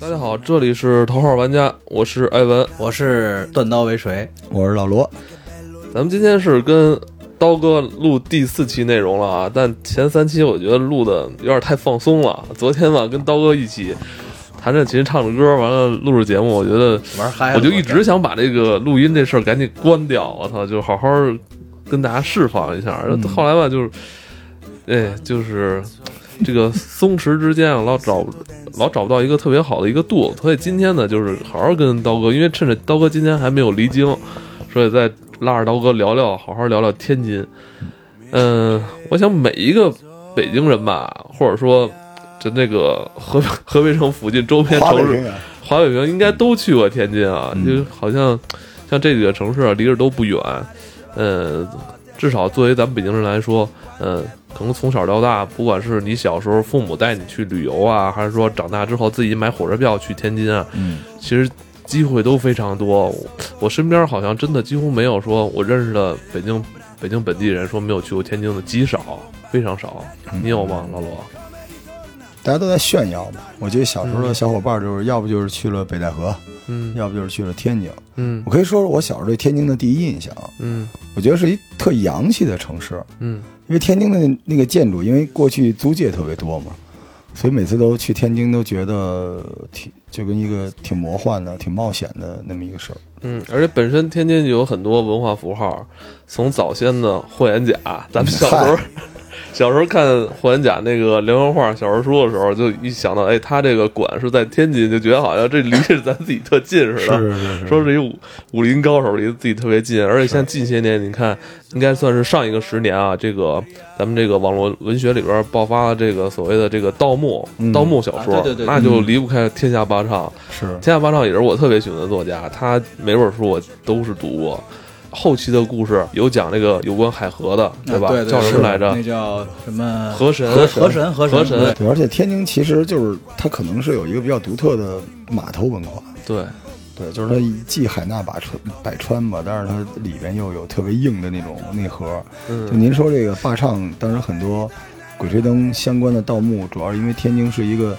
大家好，这里是头号玩家，我是艾文。我是断刀为锤，我是老罗，咱们今天是跟刀哥录第四期内容了啊，但前三期我觉得录的有点太放松了。昨天吧，跟刀哥一起弹着琴、唱着歌，完了录着节目，我觉得玩嗨了。我就一直想把这个录音这事儿赶紧关掉，我操，就好好跟大家释放一下。嗯后来吧，就是，哎，就是这个松弛之间啊，老找老找不到一个特别好的一个度。所以今天呢，就是好好跟刀哥，因为趁着刀哥今天还没有离京，所以再拉着刀哥聊聊，好好聊聊天津。嗯、我想每一个北京人吧，或者说。就那个河河北省附近周边华北城市平，原，华北平应该都去过天津啊，嗯就好像像这几个城市啊，离着都不远。呃，至少作为咱们北京人来说，呃，可能从小到大，不管是你小时候父母带你去旅游啊，还是说长大之后自己买火车票去天津啊，嗯，其实机会都非常多。我我身边好像真的几乎没有说我认识的北京北京本地人说没有去过天津的，极少，非常少。你有吗，老罗？大家都在炫耀嘛。我觉得小时候的嗯小伙伴就是要不就是去了北戴河，嗯要不就是去了天津。嗯我可以说说我小时候对天津的第一印象，啊嗯我觉得是一特洋气的城市，嗯因为天津的那个建筑，因为过去租界特别多嘛，所以每次都去天津都觉得挺就跟一个挺魔幻的、挺冒险的那么一个事儿。嗯，而且本身天津就有很多文化符号，从早先的霍元甲，咱们小时候 小时候看霍元甲那个连环画小人书的时候，就一想到，哎，他这个馆是在天津，就觉得好像这离着咱自己特近似的。是说是一武武林高手离自己特别近，而且像近些年，你看，应该算是上一个十年啊，这个咱们这个网络文学里边爆发了这个所谓的这个盗墓、嗯盗墓小说，啊对对对那就离不开天下霸唱。是，天下霸唱也是我特别喜欢的作家，他每本书我都是读过。后期的故事有讲那个有关海河的，吧？啊对叫什么是来着那？叫什么？河神，河河神河神河神对对，而且天津其实就是它可能是有一个比较独特的码头文化。对，对，就是它既海纳百川百川吧，但是它里边又有特别硬的那种内核。就嗯您说这个坝唱，当然很多鬼吹灯相关的盗墓，主要是因为天津是一个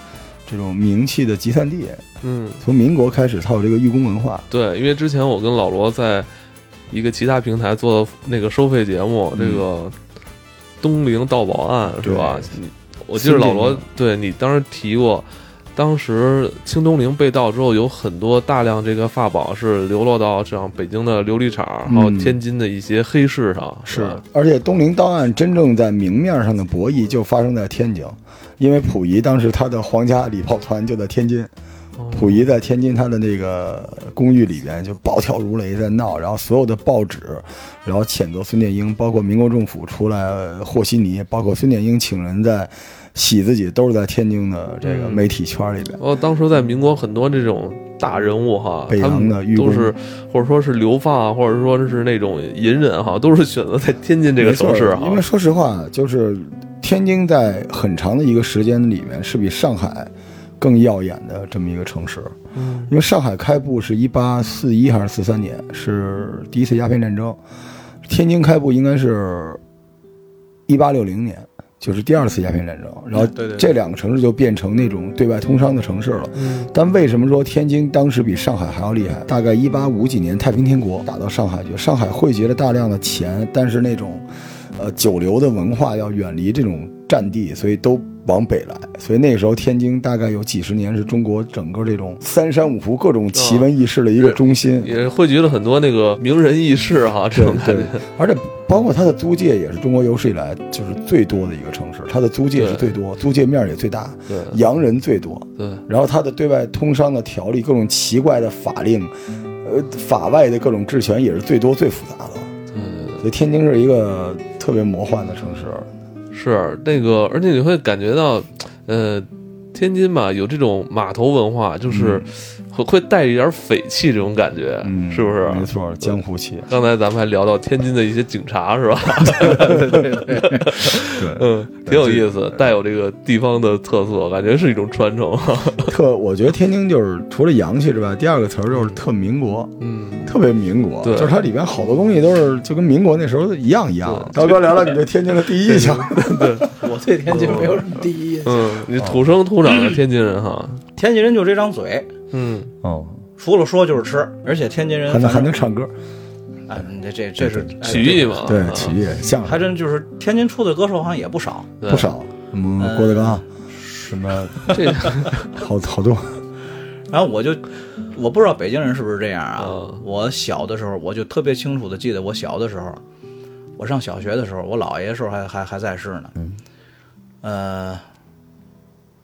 这种名气的集散地，嗯，从民国开始它有这个寓公文化。对，因为之前我跟老罗在一个其他平台做那个收费节目，嗯这个东陵盗宝案是吧？对你我记得老罗新建对你当时提过，当时清东陵被盗之后，有很多大量这个法宝是流落到这样北京的琉璃厂，还有嗯天津的一些黑市上，吧？而且东陵档案真正在明面上的博弈就发生在天津，因为溥仪当时他的皇家礼炮团就在天津，哦溥仪在天津他的那个公寓里边就暴跳如雷在闹，然后所有的报纸，然后谴责孙殿英，包括民国政府出来呃和稀泥，包括孙殿英请人在洗自己，都是在天津的这个嗯媒体圈里边。哦，当时在民国很多这种大人物哈，北他洋的们裕都公是或者说是流放啊，或者说是那种隐忍哈， 都是选择在天津这个没错城市哈。因为说实话，就是天津在很长的一个时间里面是比上海更耀眼的这么一个城市。嗯因为上海开埠是一八四一还是四三年，是第一次鸦片战争；天津开埠应该是一八六零年，就是第二次鸦片战争。然后对对对这两个城市就变成那种对外通商的城市了。嗯但为什么说天津当时比上海还要厉害？大概一八五几年，太平天国打到上海去，上海汇集了大量的钱，但是那种，呃，九流的文化要远离这种战地，所以都往北来。所以那时候天津大概有几十年是中国整个这种三山五湖各种奇闻异事的一个中心。也汇聚了很多那个名人轶事哈，这对种感对觉。，而且包括它的租界也是中国有史以来就是最多的一个城市，它的租界是最多，租界面儿也最大，对洋人最多。对，然后他的对外通商的条例、各种奇怪的法令，呃，法外的各种治权也是最多最复杂的。所以天津是一个特别魔幻的城市。是那个，而且你会感觉到，呃，天津吧有这种码头文化，就是会会带一点匪气这种感觉，嗯，是不是？没错，江湖气。刚才咱们还聊到天津的一些警察，是吧？ 对，嗯，挺有意思，带有这个地方的特色，感觉是一种传承。 特我觉得天津就是除了洋气之外，第二个词儿就是特民国，嗯，特别民国，对就是它里边好多东西都是就跟民国那时候一样一样的。对刀哥聊聊你对天津的第一印象，我对天津没有什么第一印象。嗯，你土生土长的天津人哈， 天津人就这张嘴，嗯，哦，除了说就是吃，而且天津人还能还反正能唱歌，嗯哎，你这这这是哎曲艺嘛，对啊，曲艺相对还声真就是天津出的歌手好像也不少，对不少，什么郭德纲，什么这 好好多，然后我就，我不知道北京人是不是这样啊？嗯我小的时候，我就特别清楚的记得，我小的时候，我上小学的时候，我姥爷的时候还还还在世呢。嗯。呃，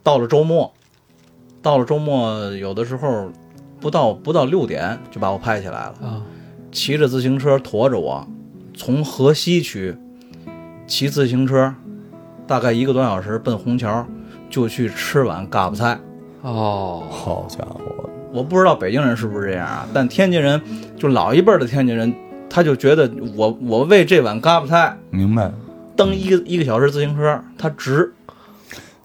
到了周末，到了周末，有的时候不到不到六点就把我拍起来了，啊，骑着自行车驮着我，从河西区骑自行车，大概一个多小时奔虹桥，就去吃碗嘎巴菜。哦，好家伙，我不知道北京人是不是这样啊，但天津人就老一辈儿的天津人，他就觉得我我为这碗嘎巴菜明白，蹬一个一个小时自行车，他值。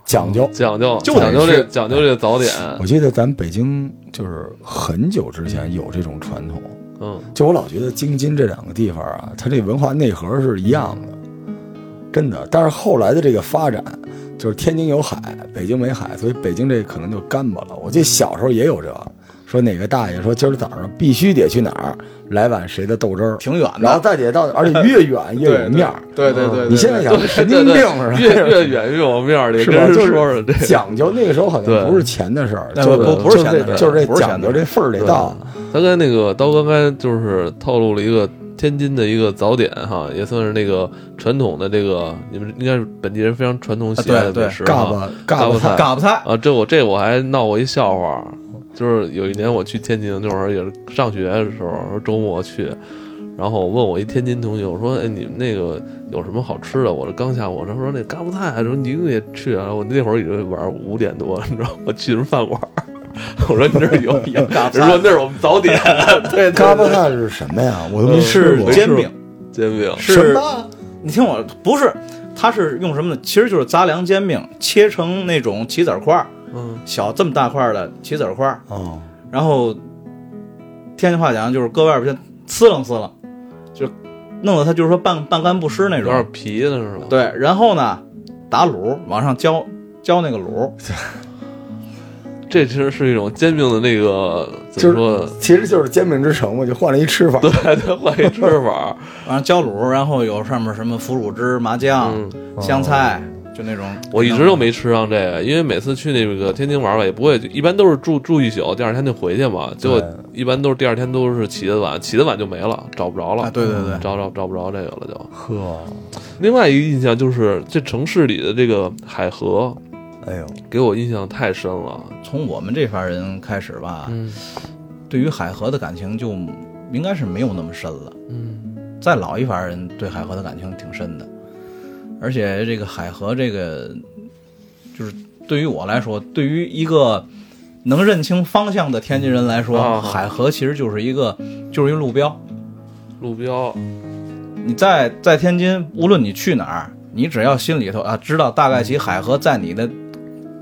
讲究。讲究就讲究得这是讲究这早点，我记得咱北京就是很久之前有这种传统，嗯，就我老觉得京津这两个地方啊，它这文化内核是一样的，真的。但是后来的这个发展，就是天津有海，北京没海，所以北京这可能就干巴了。我记得小时候也有这，说哪个大爷说今儿早上必须得去哪儿来碗谁的豆汁儿，挺远的然后再得到，而且 越远越有面儿。对对对对，你现在想神经病似的，越越远越有面儿，得是跟吧？人就说说是这，讲究，那个时候好对像不是钱的事儿，那就不不是钱的就这事儿就是不这是钱的讲究，这份儿得到。咱跟那个刀哥刚才就是透露了一个天津的一个早点哈，也算是那个传统的这个你们应该是本地人非常传统喜爱的啊对美食嘎哈巴嘎嘎巴巴菜菜，嘎巴菜，啊，这我这我还闹过一笑话，就是有一年我去天津，那会儿也是上学的时候，说周末去，然后我问我一天津同学，我说哎你们那个有什么好吃的？我这刚下火车，他说那嘎巴菜，说你一定得去啊！我那会儿已经晚上五点多，你知道吗我去什么饭馆儿？ 我说你这儿有有嘎巴人说菜那是我们早 点嘎巴菜是什么呀？我都没吃呃是过。煎饼，煎饼，什是么？啊你听我，不是，它是用什么呢？其实就是杂粮煎饼，切成那种棋子儿块儿，嗯。小这么大块儿的棋子儿块儿，哦，然后天津话讲就是搁外边先呲楞呲楞，就弄得它就是说半半干不湿那有种。点皮的是吧？对，然后呢，打卤往上浇浇那 个卤，这其实是一种煎饼的那个怎就么是说？其实就是煎饼之城嘛，就换了一吃法。 对，它换一吃啊法。往上浇卤，然后有上面什么腐乳汁、麻酱、嗯，香菜，就那种。我一直都没吃上这个，因为每次去那个天津玩吧，也不会，一般都是住住一宿，第二天就回去嘛。结果一般都是第二天都是起的晚，起的晚就没了，找不着了。啊对对对找找找不着这个了就。呵，另外一个印象就是这城市里的这个海河，哎呦，给我印象太深了。从我们这茬人开始吧，嗯对于海河的感情就应该是没有那么深了。嗯再老一茬人对海河的感情挺深的，而且这个海河这个，就是对于我来说，对于一个能认清方向的天津人来说，啊海河其实就是一个就是一路标。路标，嗯你在在天津，无论你去哪儿，你只要心里头啊知道大概其海河在你的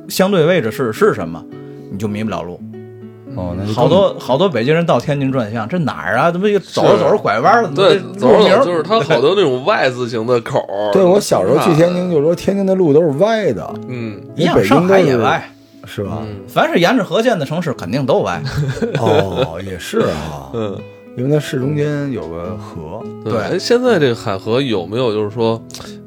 相对位置是是什么，你就迷不了路。哦，那就好多好多北京人到天津转向，这哪儿啊？怎么又走着走着拐弯了？怎么对这，走路着走名儿着就是它好多那 种 Y 字形的口儿。更。对我小时候去天看，津，就说天津的路都是歪的，嗯一因为样，北上京都海也是歪。是吧？嗯凡是沿着河建的城市，肯定都 歪。嗯哦，也是 啊，嗯。因为它市中间有个河，对哎现在这个海河有没有就是说，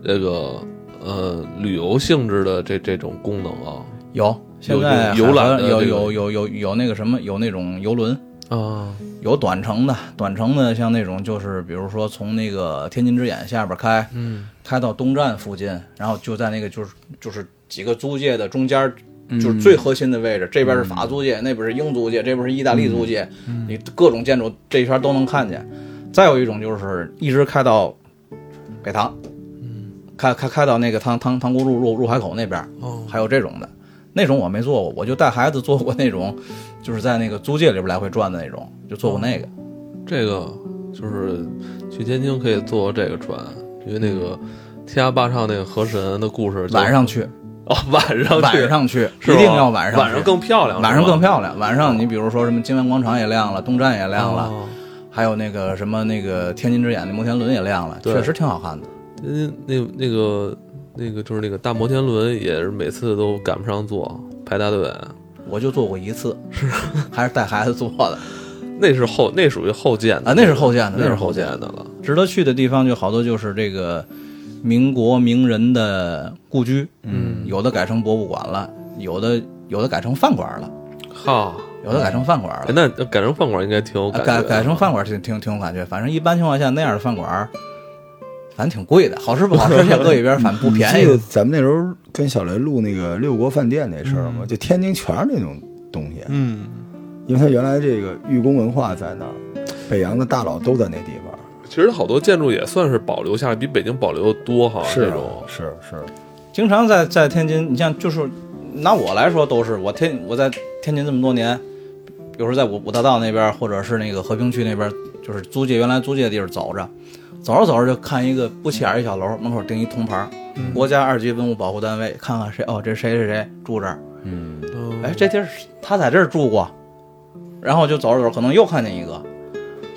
这个呃旅游性质的这这种功能啊？有，现在有有游览的有这个有有有有那个什么，有那种游轮，啊，有短程的，短程的像那种就是，比如说从那个天津之眼下边开，嗯，开到东站附近，然后就在那个就是就是几个租界的中间儿。嗯就是最核心的位置，这边是法租界，那边是英租界，这边是意大利租界，嗯你各种建筑这一圈都能看见。再有一种就是一直开到北嗯塘，开开开到那个塘塘塘沽路入入海口那边，哦，还有这种的。那种我没做过，我就带孩子做过那种，就是在那个租界里边来回转的那种，就做过那个。哦这个就是去天津可以坐这个船，因为那个天涯霸唱那个河神的故事就，晚上去，哦， 晚上去晚上去，是吧一定要晚上去。晚上更漂亮，晚上亮更漂亮。晚上你比如说什么金湾广场也亮了，东站也亮了，嗯哦还有那个什么那个天津之眼的摩天轮也亮了，对确实挺好看的。天津那那个那个就是那个大摩天轮，也是每次都赶不上坐，排大队。我就做过一次，是 还是带孩子做的那是后那属于后建的啊，那是后建的，那是是后后建的。的了。值得去的地方就好多就是这个民国名人的故居，嗯，有的改成博物馆了，有的有的改成饭馆了，哈，有的改成饭馆哎了。那改成饭馆应该挺有啊感觉改的。改成饭馆挺挺挺有感觉，反正一般情况下那样的饭馆儿，反正挺贵的，好吃不 好吃先搁一边儿，反正不便你记得宜。咱们那时候跟小雷录那个六国饭店那事儿嗯嘛，就天津全是那种东西，嗯，因为它原来这个裕工文化在那儿，北洋的大佬都在那地方。其实好多建筑也算是保留下来，比北京保留得多哦哈。是这啊种是是，经常在在天津，你像就是拿我来说，都是我天我在天津这么多年，比如说在五五大道那边，或者是那个和平区那边，就是租界原来租界的地方走着，走着走着就看一个不起眼一小楼，门口钉一铜牌儿，国家二级文物保护单位，看看谁哦，这谁谁谁住这儿，嗯，嗯哎，这地儿是他在这儿住过，然后就走着走着，可能又看见一个，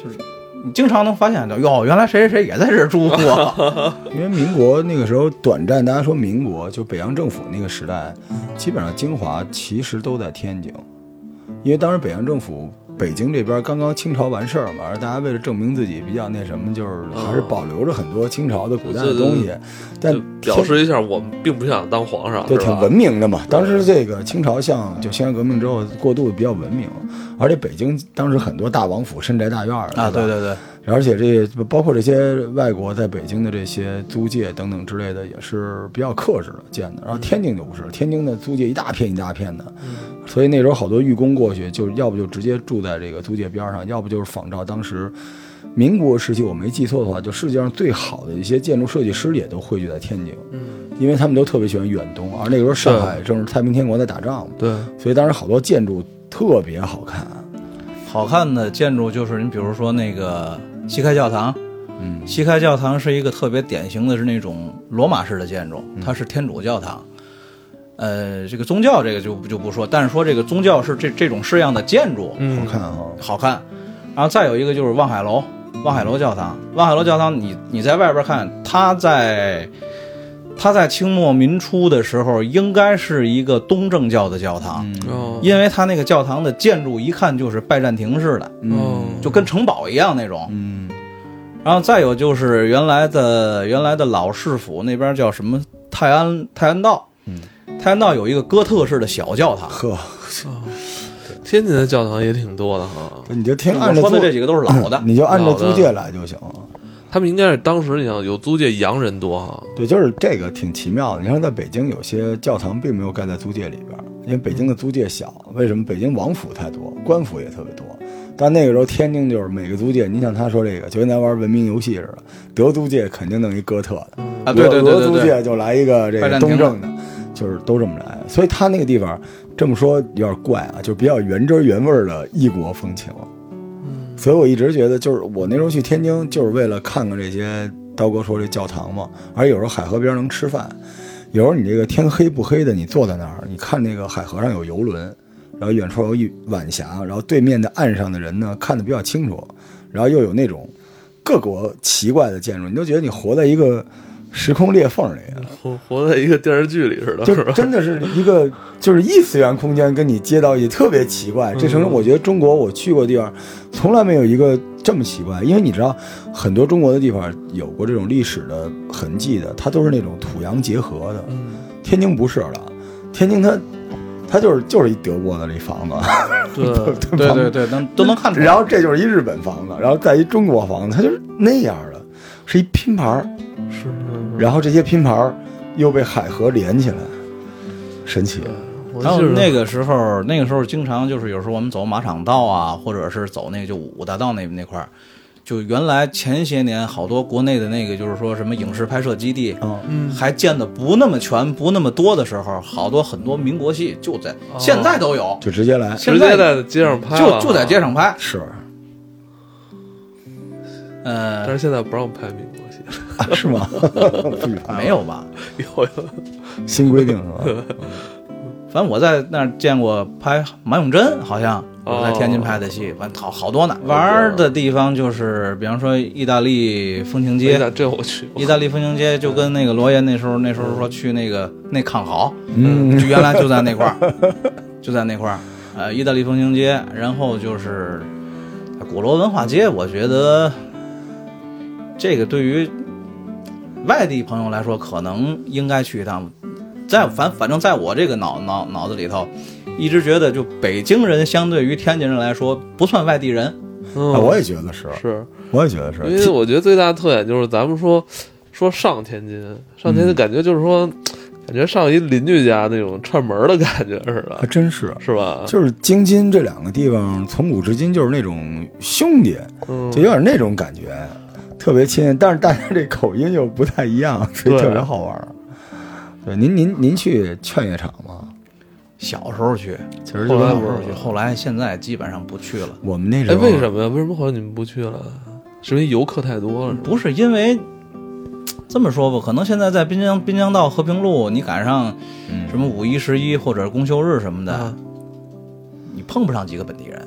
就是你经常能发现到，哟，原来谁谁谁也在这儿住过，因为民国那个时候短暂，大家说民国就北洋政府那个时代，基本上精华其实都在天津，因为当时北洋政府北京这边刚刚清朝完事儿嘛，而大家为了证明自己比较那什么，就是还是保留着很多清朝的古代的东西，但就表示一下我们并不想当皇上，对，是挺吧文明的嘛。当时这个清朝向就辛亥革命之后过渡比较文明，而且北京当时很多大王府、深宅大院儿啊，对吧对对，而且这包括这些外国在北京的这些租界等等之类的，也是比较克制的建的。嗯然后天津就不是，天津的租界一大片一大片的，所以那时候好多寓工过去，就要不就直接住在这个租界边儿上，要不就是仿照当时民国时期，我没记错的话，就世界上最好的一些建筑设计师也都汇聚在天津，嗯，因为他们都特别喜欢远东，而那个时候上海正是太平天国在打仗嘛，对，所以当时好多建筑特别好看。好看的建筑就是你比如说那个西开教堂，嗯，西开教堂是一个特别典型的是那种罗马式的建筑，它是天主教堂。呃，这个宗教这个就不就不说，但是说这个宗教是这这种式样的建筑，嗯好看啊、好看。然后再有一个就是望海楼，望海楼教堂，望海楼教堂你，你在外边看，它在它在清末民初的时候，应该是一个东正教的教堂，哦，因为它那个教堂的建筑一看就是拜占庭式的，嗯就跟城堡一样那种。嗯，然后再有就是原来的原来的老市府那边叫什么泰安泰安道，嗯泰安道有一个哥特式的小教堂。呵，哦天津的教堂也挺多的哈。你就听我按照嗯说的租，这几个都是老的你就按照租老的界来就行了。他们应该是当时你想有租界洋人多哈，对，就是这个挺奇妙的。你看，在北京有些教堂并没有盖在租界里边儿，因为北京的租界小。为什么？北京王府太多，官府也特别多。但那个时候，天津就是每个租界，你像他说这个，就跟咱玩文明游戏似的，德租界肯定弄一哥特的，啊，对对对俄对租对。界就来一个这拜占个东庭正的，就是都这么来。所以他那个地方这么说有点怪啊，就比较原汁儿原味儿的异国风情。所以我一直觉得，就是我那时候去天津，就是为了看看这些刀哥说这教堂嘛。而有时候海河边能吃饭，有时候你这个天黑不黑的，你坐在那儿，你看那个海河上有游轮，然后远处有一晚霞，然后对面的岸上的人呢看得比较清楚，然后又有那种各国奇怪的建筑，你都觉得你活在一个时空裂缝里。啊 活活在一个电视剧里似的，就是吧？真的是一个 就是异次元空间跟你接到也特别奇怪。嗯这城市我觉得中国我去过的地方，从来没有一个这么奇怪。因为你知道，很多中国的地方有过这种历史的痕迹的，它都是那种土洋结合的。天津不是了，天津它它 就是就是一德国的那房子，对， 对对对，能都能看出来。然后这就是一日本房子，然后再一中国房子，它就是那样的，是一拼盘儿，是是然后这些拼盘儿又被海河连起来，神奇。我然后就是那个时候，那个时候经常就是有时候我们走马场道啊，或者是走那个就五大道那那块儿，就原来前些年好多国内的那个就是说什么影视拍摄基地，嗯还建的不那么全、不那么多的时候，好多很多民国戏就在、现在都有，就直接来直现接在在街上拍就了就在街上拍，是但呃，是现在不让拍民国戏， 啊 是吗？不远没有吧？有有新规定是 吧？反正我在那儿见过拍马永贞，好像哦我在天津拍的戏，完好好多呢。玩儿的地方就是，比方说意大利风情哎街，呀这我去过，意大利风情街就跟那个罗爷那时候那时候说去那个那康豪，嗯，就原来就在那块儿，就在那块儿，呃，意大利风情街，然后就是鼓楼文化街，我觉得这个对于外地朋友来说，可能应该去一趟。在反反正在我这个脑脑脑子里头，一直觉得就北京人相对于天津人来说不算外地人，嗯啊我也觉得是，是。我也觉得是因，为我觉得最大的特点就是咱们说说上天津，上嗯天津感觉就是说，感觉上一邻居家那种串门儿的感觉似还的，真是。是吧？就是京津这两个地方，从古至今就是那种兄弟，嗯就有点那种感觉，特别亲。但是大家这口音又不太一样， 所以对特别好玩儿。对，您您您去劝业场吗？小时候去，其实后就来小不是时候去，后来现在基本上不去了。我们那时哎，候，为什么呀？为什么后来你们不去了？是因为游客太多了，是吧？不是因为这么说吧，可能现在在滨江滨江道和平路，你赶上嗯什么五一、十一或者公休日什么的，啊你碰不上几个本地人。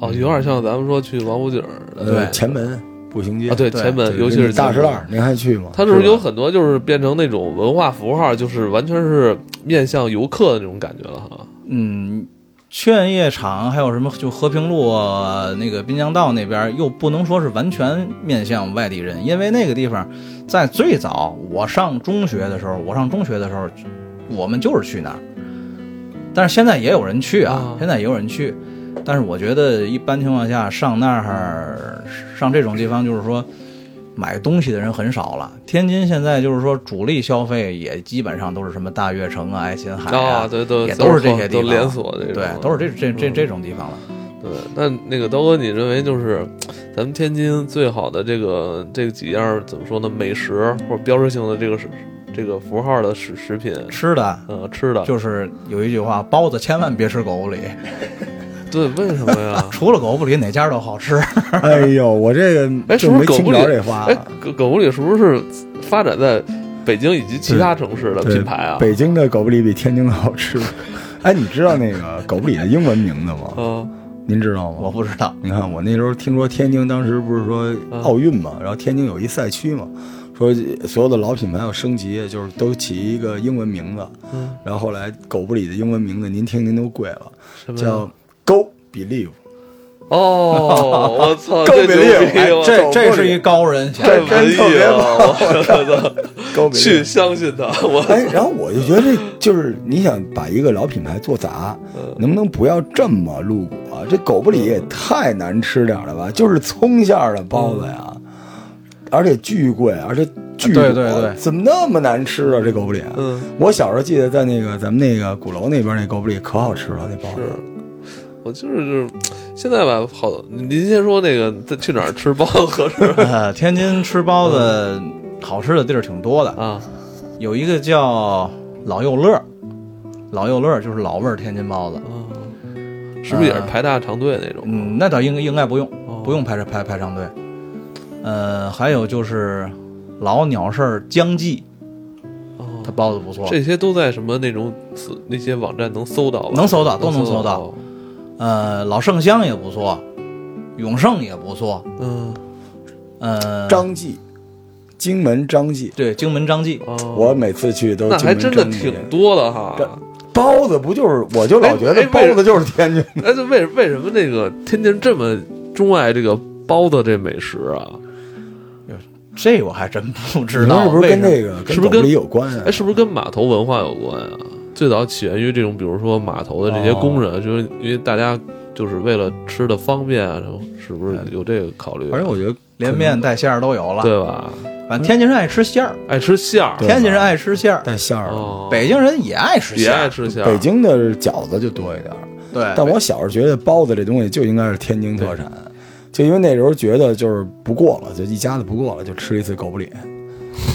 哦，有点像咱们说去王府井儿的呃，对前门步行街啊，对对前门，对尤其是大石石烂，，您还去吗？它就是吧有很多就是变成那种文化符号，就是完全是面向游客的那种感觉了哈。嗯，劝业场还有什么就和平路、呃那个滨江道那边，又不能说是完全面向外地人，因为那个地方在最早我上中学的时候，我上中学的时候，我们就是去那儿。但是现在也有人去啊啊，现在也有人去，但是我觉得一般情况下上那儿上这种地方，就是说买东西的人很少了。天津现在就是说主力消费也基本上都是什么大悦城啊、爱琴海啊，对，都也都是这些地都方连锁这种，对，都是这这这嗯这种地方了。对，那那个刀哥，你认为就是咱们天津最好的这个这几样儿怎么说呢？美食或者标志性的这个是这个符号的食食品，吃的呃，吃的，就是有一句话，包子千万别吃狗不理，？嗯对，为什么呀 除了狗不理哪家都好吃。哎呦，我这个 哎，是就不没是狗听不不理着这 话哎。，狗狗不理是不是发展在北京以及其他城市的对品牌啊？北京的狗不理比天津的好吃。哎，你知道 那个狗不理的英文名字吗？嗯您知道吗？我不知道，你看，我那时候听说天津当时不是说呃奥运嘛，然后天津有一赛区嘛，说所有的老品牌要升级，就是都起一个英文名字。嗯，然后后来狗不理的英文名字，您听您都贵了，什么呀叫 Go Believe。 哦，我操，狗这不牛理 哎逼！我这操狗不理这是一高人。 太真文艺特别了，我操， Go 去 Believe。相信他，我哎，然后我就觉得这就是你想把一个老品牌做砸，能不能不要这么露骨啊？这狗不理也太难吃点儿了吧？就是葱馅儿的包子呀，而且巨贵，而且巨对对火对怎么那么难吃啊？这狗不理，嗯。我小时候记得在那个咱们那个鼓楼那边那狗不理可好吃了，那包子。我就是就是现在吧，好，您先说那个在去哪儿吃包子 合适呃，天津吃包子好吃的地儿挺多的，啊？有一个叫老幼乐，老幼乐就是老味儿天津包子。嗯，是不是也是排大长队那种？嗯，那倒应该应该不用，哦不用排排排长队。呃，还有就是老鸟事儿江记，哦它包子不错。这些都在什么那种搜那些网站能搜到吧？啊能搜到都能搜搜到。呃，老盛香也不错，永盛也不错。嗯，呃，张记，荆门张记，对荆门张记，哦，我每次去都那荆还门真的张记挺多的哈。包子，不就是我就老觉哎得哎包为子就是天津。哎，这为为什么那个天津这么钟爱这个包子这美食啊？这我还真不知你道是不是为什跟么。那个是不是跟狗跟不理有关啊哎，？是不是跟码头文化有关啊？最早起源于这种，比如说码头的这些工人，就是因为大家就是为了吃的方便啊，然后是不是有这个考虑？反正我觉得连面带馅儿都有了。对吧？反正天津人爱吃馅儿，爱吃馅儿，对天津人爱吃馅儿，带馅儿的，哦，北京人也爱吃也馅爱儿。吃馅儿。北京的饺子就多一点儿。对，但我小时候觉得包子这东西就应该是天津特产，就因为那时候觉得就是不过了，就一家子不过了，就吃一次狗不理。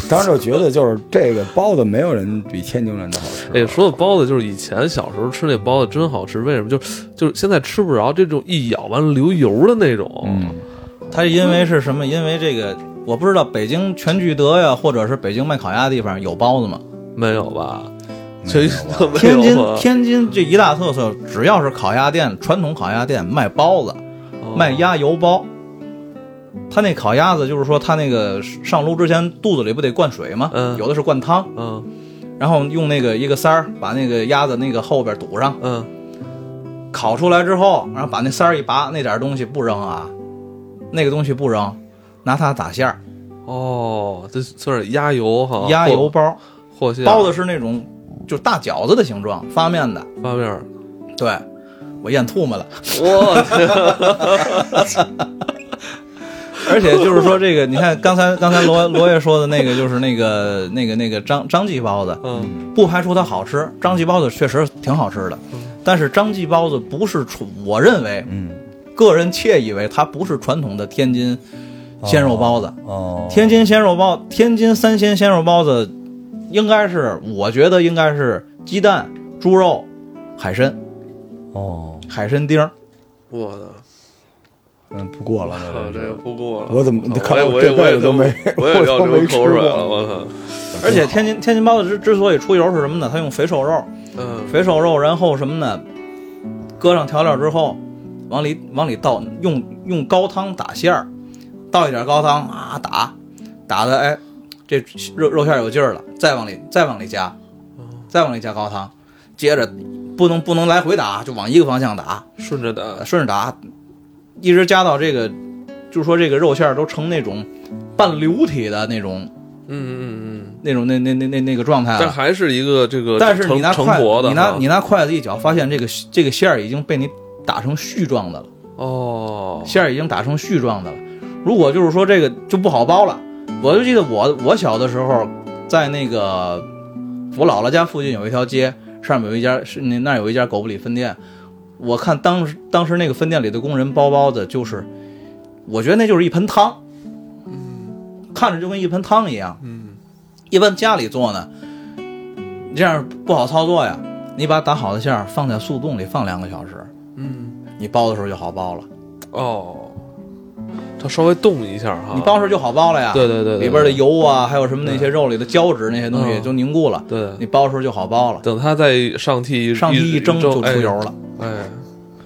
当时就觉得就是这个包子没有人比天津人的好吃。哎，说到包子，就是以前小时候吃那包子真好吃，为什么？就就是现在吃不着这种一咬完流油的那种。嗯，它因为是什么？因为这个我不知道，北京全聚德呀，或者是北京卖烤鸭的地方有包子吗？没有吧？全没有吧都没天津有啊吧？天津这一大特色，只要是烤鸭店，传统烤鸭店卖包子，哦卖鸭油包。他那烤鸭子就是说，他那个上炉之前肚子里不得灌水吗？嗯有的是灌汤，嗯然后用那个一个塞儿把那个鸭子那个后边堵上，嗯，烤出来之后，然后把那塞儿一拔，那点儿东西不扔啊，那个东西不扔，拿它打馅儿，哦，这算是鸭油哈，鸭油包。或馅包的是那种就是大饺子的形状，发面的。发面儿。对，我咽吐沫了。我天，而且就是说这个，你看刚才刚才罗罗爷说的那个，就是那个那个那个张张记包子， 嗯，不排除它好吃，张记包子确实挺好吃的。但是张记包子不是传，我认为，嗯，个人窃以为它不是传统的天津鲜肉包子。哦，天津鲜肉包，天津三鲜鲜肉包子，应该是我觉得应该是鸡蛋、猪肉、海参、哦，海参丁儿。我的。嗯，不过了，啊，这个不过了。我怎么我也看来我我也这我辈也子都没我也要我都流没吃口水过了，我操。而且天津天津包子之之所以出油是什么呢？它用肥瘦肉，嗯肥瘦肉，然后什么呢？搁上调料之后，往里往里倒，用用高汤打馅儿，倒一点高汤啊打，打的哎，这肉肉馅儿有劲儿了，再往里再往里加，再往里加高汤，接着不能不能来回打，就往一个方向打，，顺着打。顺着打，一直加到这个，就是说这个肉馅儿都成那种半流体的那种嗯嗯嗯嗯。那种那那那那那个状态了。但还是一个这个啊但是成你拿成筷活的哈，你拿你拿筷子一搅，发现这个这个馅儿已经被你打成絮状的了，哦，馅儿已经打成絮状的了。如果就是说这个就不好包了，我就记得我我小的时候，在那个我姥姥家附近有一条街，上面有一家是那那儿有一家狗不理分店，我看当时当时那个分店里的工人包包子，就是我觉得那就是一盆汤，嗯看着就跟一盆汤一样。嗯一般家里做呢，你这样不好操作呀。你把打好的馅儿放在速冻里放两个小时，嗯你包的时候就好包了。哦，它稍微动一下哈，你包的时候就好包了呀。对对对对对里边的油啊，还有什么那些肉里的胶质那些东西嗯就凝固了，对，你包的时候就好包了。等它再上屉上屉一蒸就出油了。哎，哎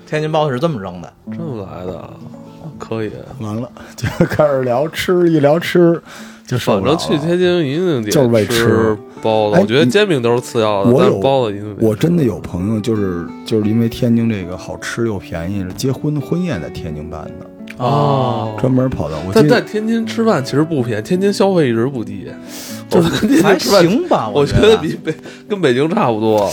天津包子是这么蒸的，这么来的，可以，完了，就开始聊吃，一聊吃就受反不了正了去天津一定得就是为吃吃包子，哎我觉得煎饼都是次要的，我但有是包子一定得我真的有朋友就是就是因为天津这个好吃又便宜，结婚婚宴在天津办的，哦。专门跑到我记但在得天津吃饭其实不便宜，天津消费一直不低，就是我们天还津吃饭，行 吧？我觉得比北跟北京差不多。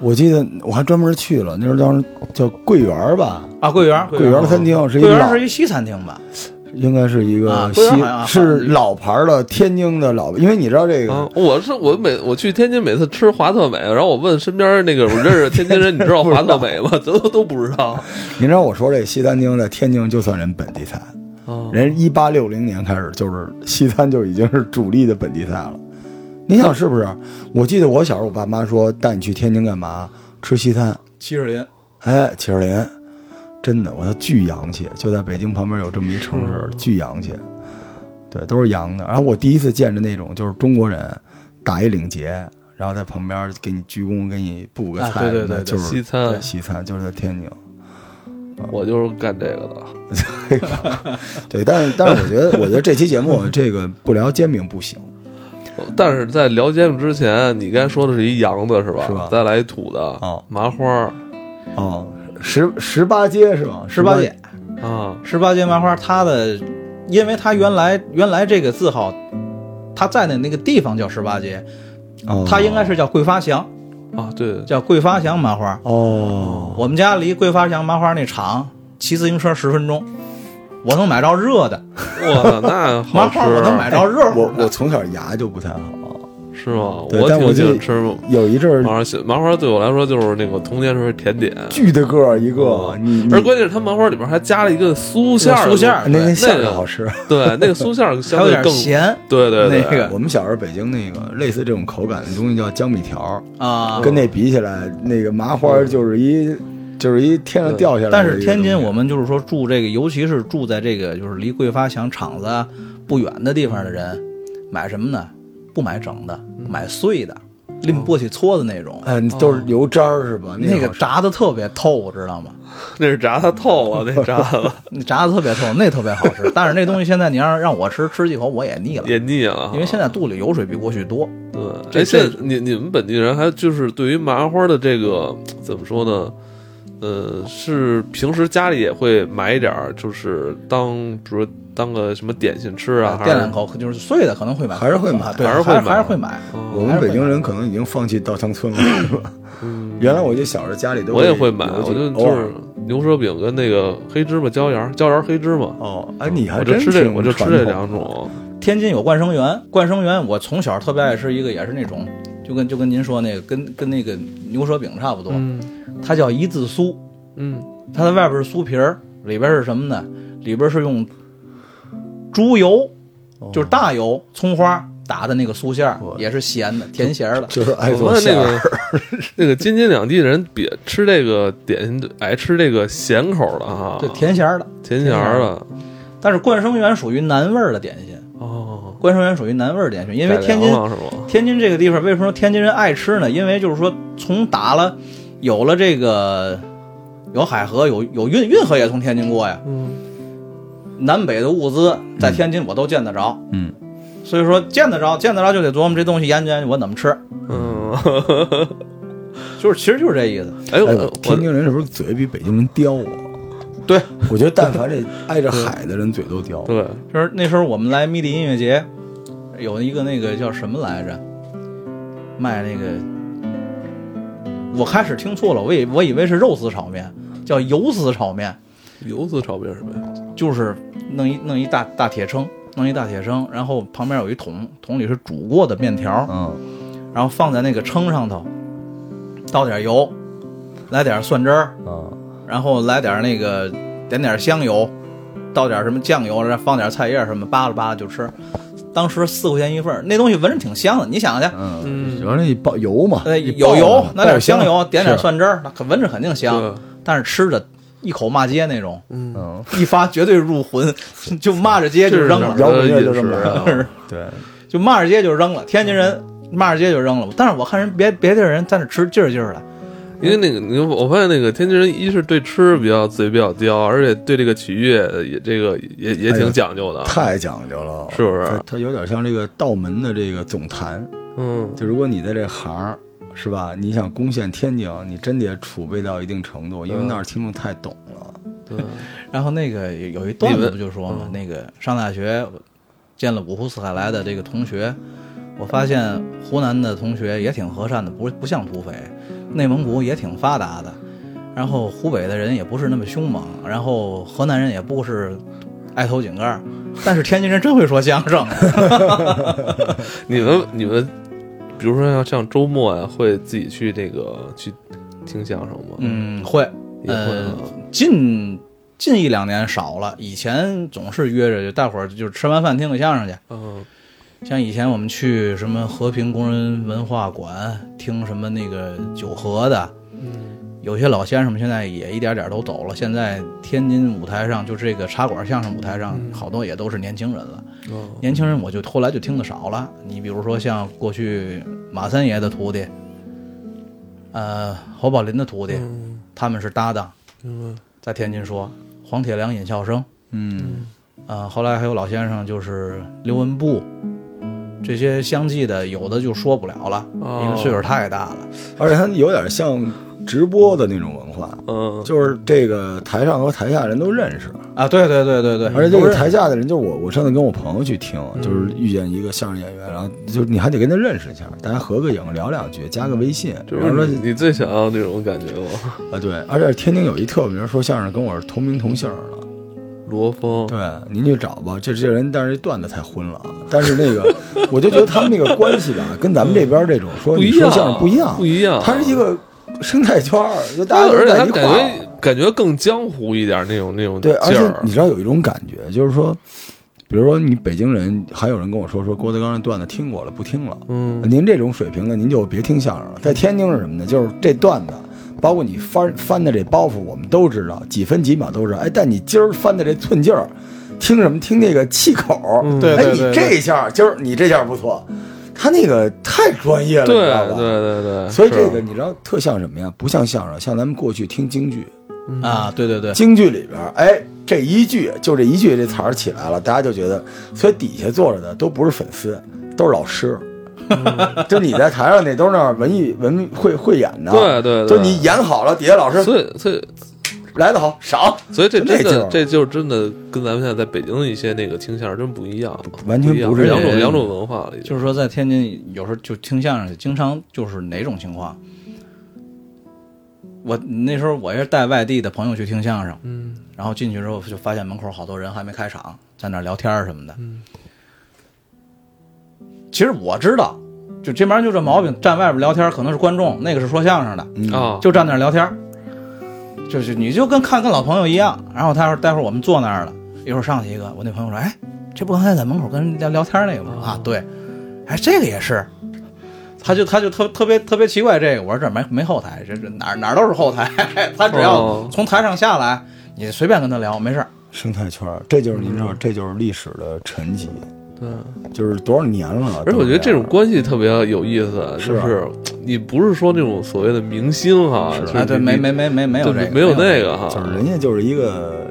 我记得我还专门去了，那时候当时叫桂园儿吧，啊，桂园啊桂园儿餐厅是一桂个园老是一西餐厅吧？应该是一啊个桂西园好像是老牌儿的天津的老，因为你知道这个嗯啊，我是我每我去天津每次吃华特美，然后我问身边那个我认识的天津人，你知道华特美吗？ 都都不知道。你知道我说这西餐厅在天津就算人本地菜，啊，人一八六零年开始就是西餐就已经是主力的本地菜了。你想是不是？我记得我小时候，我爸妈说带你去天津干嘛？吃西餐。七十林哎，七十林，真的，我操，巨洋气！就在北京旁边有这么一城市，嗯巨洋气。对，都是洋的。然后我第一次见着那种就是中国人打一领结，然后在旁边给你鞠躬，给你布个啊菜对对什么的，对对嗯就是西餐对西餐就是在天津。我就是干这个的。对，但是但是我觉得，我觉得这期节目这个不聊煎饼不行。但是在聊节目之前，你该说的是一洋的是吧？是吧再来一土的哦麻花哦，十十八街是吗？十八街街，啊，十八街麻花，它的，因为它原来原来这个字号，它在的那个地方叫十八街，哦，它应该是叫桂发祥，啊，对，叫桂发祥麻花。哦，我们家离桂发祥麻花那厂骑自行车十分钟，我能买着热的我操，那麻好吃啊花，我能买着热乎哎我我的，从小牙就不太好，是吗？对我但我挺喜欢就吃有一阵麻哦儿花小，麻花对我来说就是那个童年时候的甜点，巨的个儿一个，哦你你而关键是它麻花里边还加了一个酥馅儿的，酥馅儿那那对馅那儿个好吃。对，那个酥馅儿还相有对点更，咸对对对，那个我们小时候北京那个类似这种口感的东西叫江米条儿，啊。跟那比起来，那个麻花就是一就是一天上掉下来的但一个是东西。天津，我们就是说住这个，尤其是住在这个就是离桂发祥厂子啊不远的地方的人，买什么呢？不买整的，买碎的，拎簸箕搓的那种，嗯都是油渣儿是吧？哦那个好吃炸的特别透，知道吗？那是炸它透了，那炸的那炸的特别透，那特别好吃。但是那东西现在你让让我吃，吃几口我也腻了， 也腻了，因为现在肚里油水比过去多。对，这哎，现在这你你们本地人还就是对于麻花的这个怎么说呢？呃，是平时家里也会买一点儿，就是当比如当个什么点心吃啊，还垫两是口就是碎的，可能会买，还是会买啊对，还是会还买还是会买。嗯我们北京人可能已经放弃稻 香村了。原来我就小时候家里都我也会买，有我几就偶就尔是牛舌饼跟那个黑芝麻椒盐，椒盐黑芝麻，哦，哎，你还我就真吃这，挺我就吃传这统两种。天津有冠生园，冠生园我从小特别爱吃一个，也是那种，就跟就跟您说那个，跟跟那个牛舌饼差不多，嗯它叫一字酥，嗯，它的外边是酥皮儿，里边是什么呢？里边是用猪油，就是大哦油、葱花打的那个酥馅儿，也是咸的，甜咸儿的。就是爱 我哎做发现馅那儿。个 那个京津两地人比吃这个点心爱吃这个咸口的哈，对，甜咸儿的，甜咸儿的但是冠生园属于南味儿的点心，哦，冠生园属于南味儿点心，因为改天良津了是吗？天津这个地方为什么说天津人爱吃呢？因为就是说，从打了有了这个有海河，有有运运河也从天津过呀，嗯。南北的物资在天津我都见得着，嗯，所以说见得着见得着就得琢磨这东西研究研究我怎么吃，嗯， 就是其实就是这意思。哎，哎我我天津人是不是嘴比北京人刁啊？对，我觉得但 凡这挨着海的人嘴都刁我。对，就是那时候我们来迷笛音乐节，有一个那个叫什么来着，卖那个，我开始听错了，我以我以为是肉丝炒面，叫油丝炒面。油丝炒面是什么呀？就是弄一弄一大大铁铛，弄一大铁铛，然后旁边有一桶，桶里是煮过的面条，嗯，然后放在那个铛上头，倒点油，来点蒜汁儿，啊，然后来点那个点点香油，倒点什么酱油，然后放点菜叶什么，扒拉扒拉就吃。当时四块钱一份儿，那东西闻着挺香的，你想想去。 嗯嗯完了一爆油嘛，呃，一有爆油嘛，拿点香油，爆点点是蒜汁儿，那可闻着肯定香对，但是吃的一口骂街那种，嗯，一发绝对入魂， 就骂着街就扔了。摇滚乐就这么来 来的。啊对，就骂着街就扔了，天津人骂着街就扔了。但是我看人别别地儿人在那吃劲儿劲儿的， 因为那个，你我发现那个天津人，一是对吃比较嘴比较刁，而且对这个取悦也这个也也哎呀挺讲究的，太讲究了，是不是它？它有点像这个道门的这个总坛，嗯，就如果你在这行儿，是吧？你想攻陷天津，你真得储备到一定程嗯度，因为那儿听众太懂了。对，然后那个有有一段你子们不就说嘛嗯，那个上大学见了五湖四海来的这个同学，我发现湖南的同学也挺和善的，不不像土匪，内蒙古也挺发达的，然后湖北的人也不是那么凶猛，然后河南人也不是爱偷井盖儿，但是天津人真会说相声。 你们你们，比如说像像周末呀，会自己去这个去听相声吗？，嗯，会，也会呃啊，近近一两年少了，以前总是约着就大伙儿就吃完饭听个相声去。嗯，像以前我们去什么和平工人文化馆听什么那个九和的，嗯有些老先生们现在也一点点都走了。现在天津舞台上就这个茶馆相声舞台上，嗯好多也都是年轻人了。嗯哦年轻人我就后来就听得少了。你比如说像过去马三爷的徒弟，呃，侯宝林的徒弟，嗯，他们是搭档。明白在天津说黄铁良、尹笑声，嗯，呃，后来还有老先生就是刘文步，这些相继的有的就说不了了，哦因为岁数太大了。而且它有点像直播的那种文化，嗯，就是这个台上和台下人都认识，啊，对对对对对，嗯而且这都个是台下的人就是我。我上次跟我朋友去听，嗯就是遇见一个相声演员，然后就是你还得跟他认识一下，大家合个影，聊两句，加个微信，这比方不说是你你最想要那种感觉吗？啊，对，而且天津有一特有名说相声跟我是同名同姓儿的，罗峰，对，您去找吧。这这人，但是这段子太荤了啊。但是 那个，我就觉得他们那个关系吧，跟咱们这边这种说不一你样说相声不一样，不一样它是一个生态圈儿，就大家都而且在他一块感儿。觉感觉更江湖一点那种那种对，而劲且儿你，知道有一种感觉，就是说，比如说你北京人，还有人跟我说说郭德纲的段子听过了，不听了。嗯，您这种水平的，您就别听相声了。在天津是什么呢？就是这段子，包括你翻翻的这包袱，我们都知道，几分几秒都知道。哎，但你今儿翻的这寸劲儿，听什么？听那个气口儿。嗯对哎，对你对这对一下，今儿你这下不错，他那个太专业了，对你知道对吧？对对，所以这是啊个你知道特像什么呀？不像相声，像咱们过去听京剧，啊，对对对，京剧里边儿，哎，这一句就这一句这词儿起来了，大家就觉得，所以底下坐着的都不是粉丝，都是老师。嗯 就你在台上那都是那儿文艺文会会演的，对对对就你演好了，底下老师所以所以来的好，赏，所以这就真劲儿的这就是真的跟咱们现在在北京的一些那个听相声真不一样，完全一样不是两这种个两种文化了已经，就是说在天津有时候就听相声，经常就是哪种情况。我那时候我也是带外地的朋友去听相声，嗯然后进去之后就发现门口好多人还没开场，在那儿聊天儿什么的。嗯其实我知道，就这帮人就这毛病，站外边聊天儿可能是观众，那个是说相声的，嗯，啊，就站那儿聊天儿，就是你就跟看跟老朋友一样。然后他说待会儿我们坐那儿了，一会儿上去一个，我那朋友说，哎，这不刚才在门口跟人聊聊天儿那个吗？啊，对，哎，这个也是。他就他就特特别特别奇怪这个，我说这没没后台，这这哪儿哪儿都是后台， 他只要哦从台上下来，你随便跟他聊没事儿。生态圈儿，这就是您嗯知道，这就是历史的沉积，嗯对。就是多少年了。而且我觉得这种啊都是样关系特别有意思，是就啊是你不是说那种所谓的明星哈，就是啊，你对，没没没没没有对这个，没有那个哈，就是人家就是一个，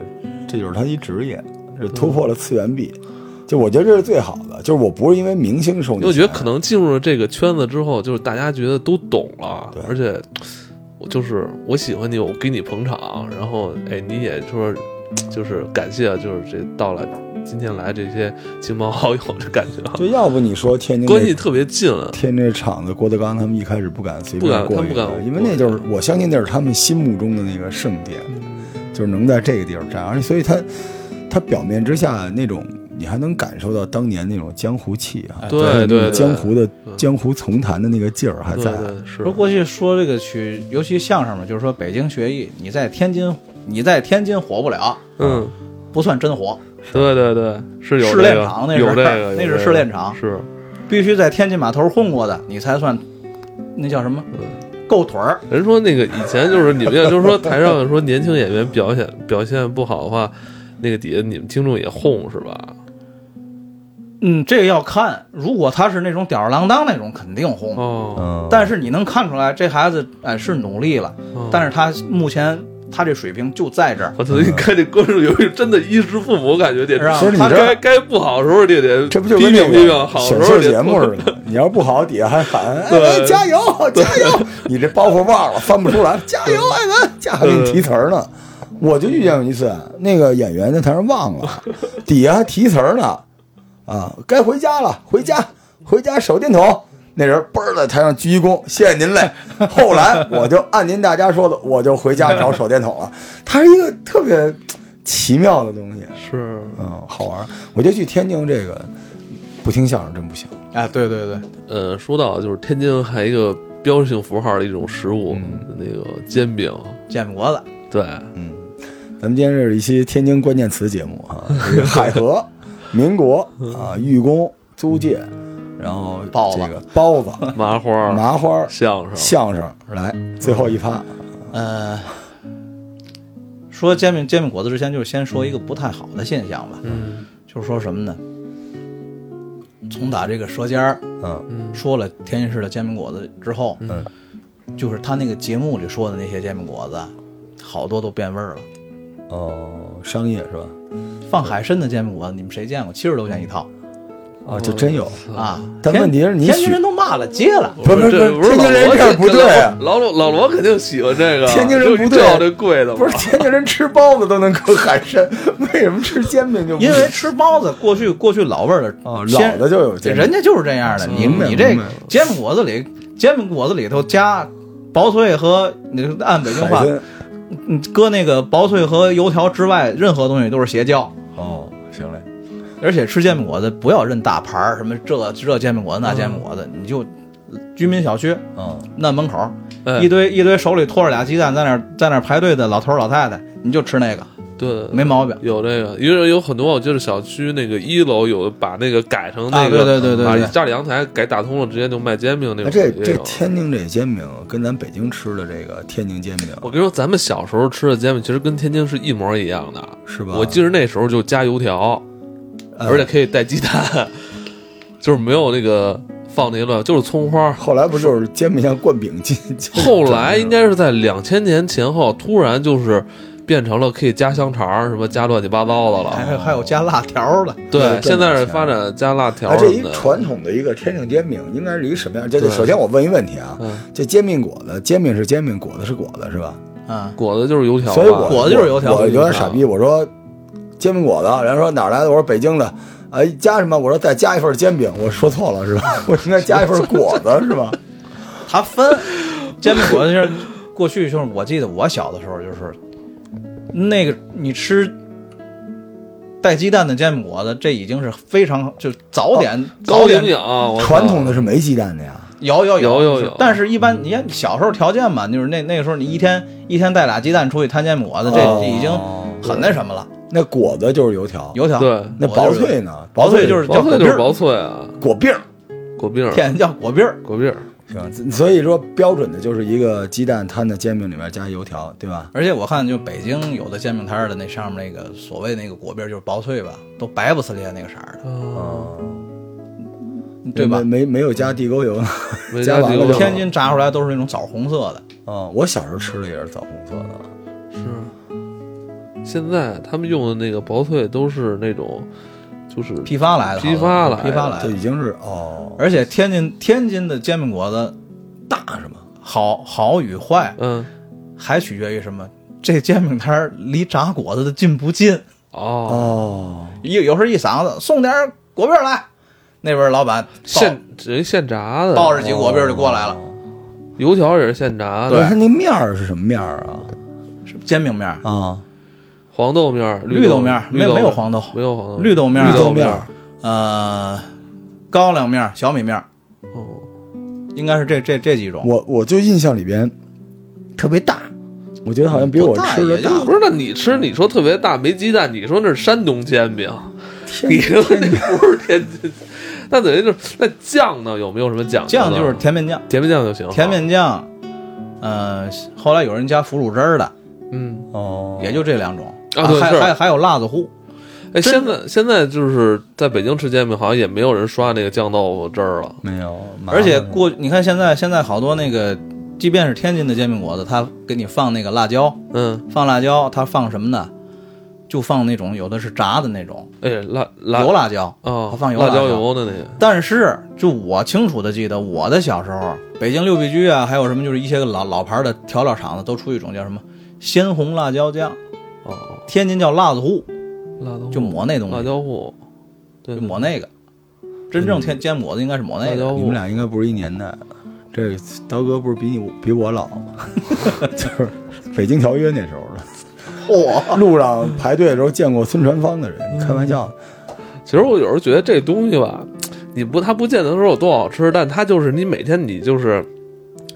这就是他一职业，是突破了次元壁。嗯就我觉得这是最好的，就是我不是因为明星受你因钱，为我觉得可能进入了这个圈子之后，就是大家觉得都懂了对，而且我就是我喜欢你，我给你捧场，然后哎，你也说就是感谢，就是这到了今天来这些亲朋好友的感觉啊，就要不你说天津那关系特别近啊了，天津这厂子，郭德纲他们一开始不敢随便不过敢去他不的，敢因为那就是我相信那是他们心目中的那个圣殿，就是能在这个地儿站，而且所以他他表面之下那种你还能感受到当年那种江湖气啊，对就是对那种对嗯江湖的江湖丛谈的那个劲儿还对在，啊对是说过去说这个曲，尤其相声嘛，就是说北京学艺，你在天津，你在天津火不了，嗯，不算真火，对对对，是有试这炼个场那是有这个，那有是这个试炼场是必须在天津码头混过的，你才算那叫什么够腿儿。人说那个以前就是你们要就是说台上说年轻演员表现表现不好的话，那个底下你们听众也哄是吧？嗯，这个要看，如果他是那种吊儿郎当那种，肯定红。哦，嗯，但是你能看出来，这孩子哎是努力了，但是是他目前他这水平就在这儿。我操，你看这观众有一种真的衣食父母，我感觉得是啊其实你他这该该不好的时候就得这不就批跟那评批个评，啊好选的时候秀得节目似 的，你要不好底下还喊哎哎加油加油，你这包袱忘了翻不出来，加油艾文，加还给你提词儿呢。我就遇见过一次，那个演员在台上忘了，底下还提词儿呢，啊，该回家了，回家回家手电筒。那人嘣儿在台上鞠一躬，谢谢您嘞。后来我就按您大家说的，我就回家找手电筒了。它是一个特别奇妙的东西，是嗯，好玩儿。我觉得去天津这个不听相声真不行。哎，对对对，呃，说到就是天津还有一个标志性符号的一种食物，嗯那个煎饼，煎饼果子，对，咱们今天这是一期天津关键词节 目啊，这个海河、民国啊、寓公、租界，然后包子这个包子、麻花、麻花儿、相声，相声来最后一趴，呃，说煎饼煎饼果子之前，就是先说一个不太好的现象吧，嗯就是说什么呢？从打这个舌尖儿嗯嗯说了天津市的煎饼果子之后，嗯，就是他那个节目里说的那些煎饼果子，好多都变味儿了。哦，商业是吧？放海参的煎饼果子，你们谁见过？七十多钱一套啊，这真有，啊！但天问题是你天津许人都骂了街了，不是不是这不不是是，天津人这样不对啊，老罗老罗肯定喜欢这个，天津人不对就知道这贵的嘛，不是天津人吃包子都能嗑海参，为什么吃煎饼就不因为吃包子过去过去老味儿的哦先老的就有煎饼人家就是这样的。你明白你这明白煎饼果子里煎饼果子里头加薄脆和你按北京海话参嗯，搁那个薄脆和油条之外，任何东西都是邪教。哦，行嘞，而且吃煎饼果子不要认大牌儿，什么这这煎饼果子那煎饼果子，你就居民小区哦嗯，那门口哎，一堆一堆手里拖着俩鸡蛋在那儿在那儿排队的老头儿老太太，你就吃那个对，没毛病。有这个，因为有很多，我记得小区那个一楼有把那个改成那个，啊对对对对对把家里阳台改打通了，直接就卖煎饼那哎，种。这也这有天津这煎饼跟咱北京吃的这个天津煎饼我跟你说，咱们小时候吃的煎饼其实跟天津是一模一样的。是吧？我记得那时候就加油条，哎而且可以带鸡蛋， 就是没有那个放那些乱，就是葱花。后来不就是煎饼像灌饼进？进哎后来应该是在两千年前后，突然就是变成了可以加香肠儿，什么加乱七八糟的了。还有还有加辣条的，对，对现在是发展加辣条哎，什这一么的。传统的一个天津煎饼应该是一个什么样？这这对首先我问一问题啊，嗯，这煎饼果子，煎饼是煎饼，果子是果子是吧？嗯，果子就是油条吧。所以我果子就是油条我有点啊傻逼，我说煎饼果子，人家说哪儿来的？我说北京的。哎，加什么？我说再加一份煎饼，我说错了是吧？ 我应该加一份果子是吧？它分煎饼果子就是过去就是我记得我小的时候就是那个你吃带鸡蛋的煎饼果子，这已经是非常就早点、早高点营养啊，我操传统的是没鸡蛋的呀。有有有有有有但是一般你看小时候条件嘛，就是那那个时候你一天一天带俩鸡蛋出去摊煎饼果子，这哦这已经很那什么了。那果子就是油条，油条对那薄脆呢？薄脆就是薄叫脆果就篦是儿，薄脆啊，果饼儿，果篦儿，天叫果篦儿。果篦儿。行，所以说标准的就是一个鸡蛋摊的煎饼里面加油条，对吧？而且我看就北京有的煎饼摊儿的那上面那个所谓那个果篦儿就是薄脆吧，都白不呲咧那个色儿啊，的，对吧？没没没有加地沟油呢。没加加完几了 个就天津炸出来都是那种枣红色的，嗯，我小时候吃的也是枣红色的，是，现在他们用的那个薄脆都是那种，就是批发来的，批发来的批发来这的。已经是哦，而且天津天津的煎饼果子大是吗？好好与坏，嗯还取决于什么？这煎饼摊儿离炸果子的近不近？啊哦，哦，有有时候一嗓子送点儿果篦儿来，那边老板抱现直接现炸的，抱着几果篦儿就过来了，哦油条也是现炸那的，它那面儿是什么面儿啊？是煎饼面儿、啊，黄豆面儿、绿豆豆面儿，绿没有没有面儿黄豆，没有黄豆，绿豆面儿、哦绿豆面儿呃，高粱面儿、小米面儿，哦，应该是这这这几种。我我就印象里边特别大，我觉得好像比我不大吃的也大 就。不是，那你吃你说特别大没鸡蛋，你说那是山东煎饼，天你说那不是天津，那等于就是那酱呢有没有什么酱究呢？酱就是甜面酱，甜面酱就行，甜，面酱，呃，后来有人加腐乳汁儿的，嗯。哦，也就这两种。啊对还是还还有辣子糊，哎，真现在现在就是在北京吃煎饼，好像也没有人刷那个酱豆腐汁儿了。没有，麻而且烦过你看现在现在好多那个，即便是天津的煎饼果子，它给你放那个辣椒，嗯，放辣椒，它放什么呢？就放那种有的是炸的那种哎，辣辣油辣椒，啊，它放油辣辣椒椒油的那个，但是就我清楚的记得，我的小时候，北京六必居啊，还有什么就是一些个老老牌的调料厂子都出一种叫什么鲜红辣椒酱，哦，天津叫辣子糊，辣椒糊就抹那东辣西，椒糊，对，就抹那个。真正天煎果子应该是抹那嗯辣椒个，糊。你们俩应该不是一年代，这刀哥不是比你比我老吗？ 就是北京条约那时候的。哇！路上排队的时候见过孙传芳的人，你开玩笑呢？嗯其实我有时候觉得这东西吧，你不，它不见得说有多好吃，但它就是你每天你就是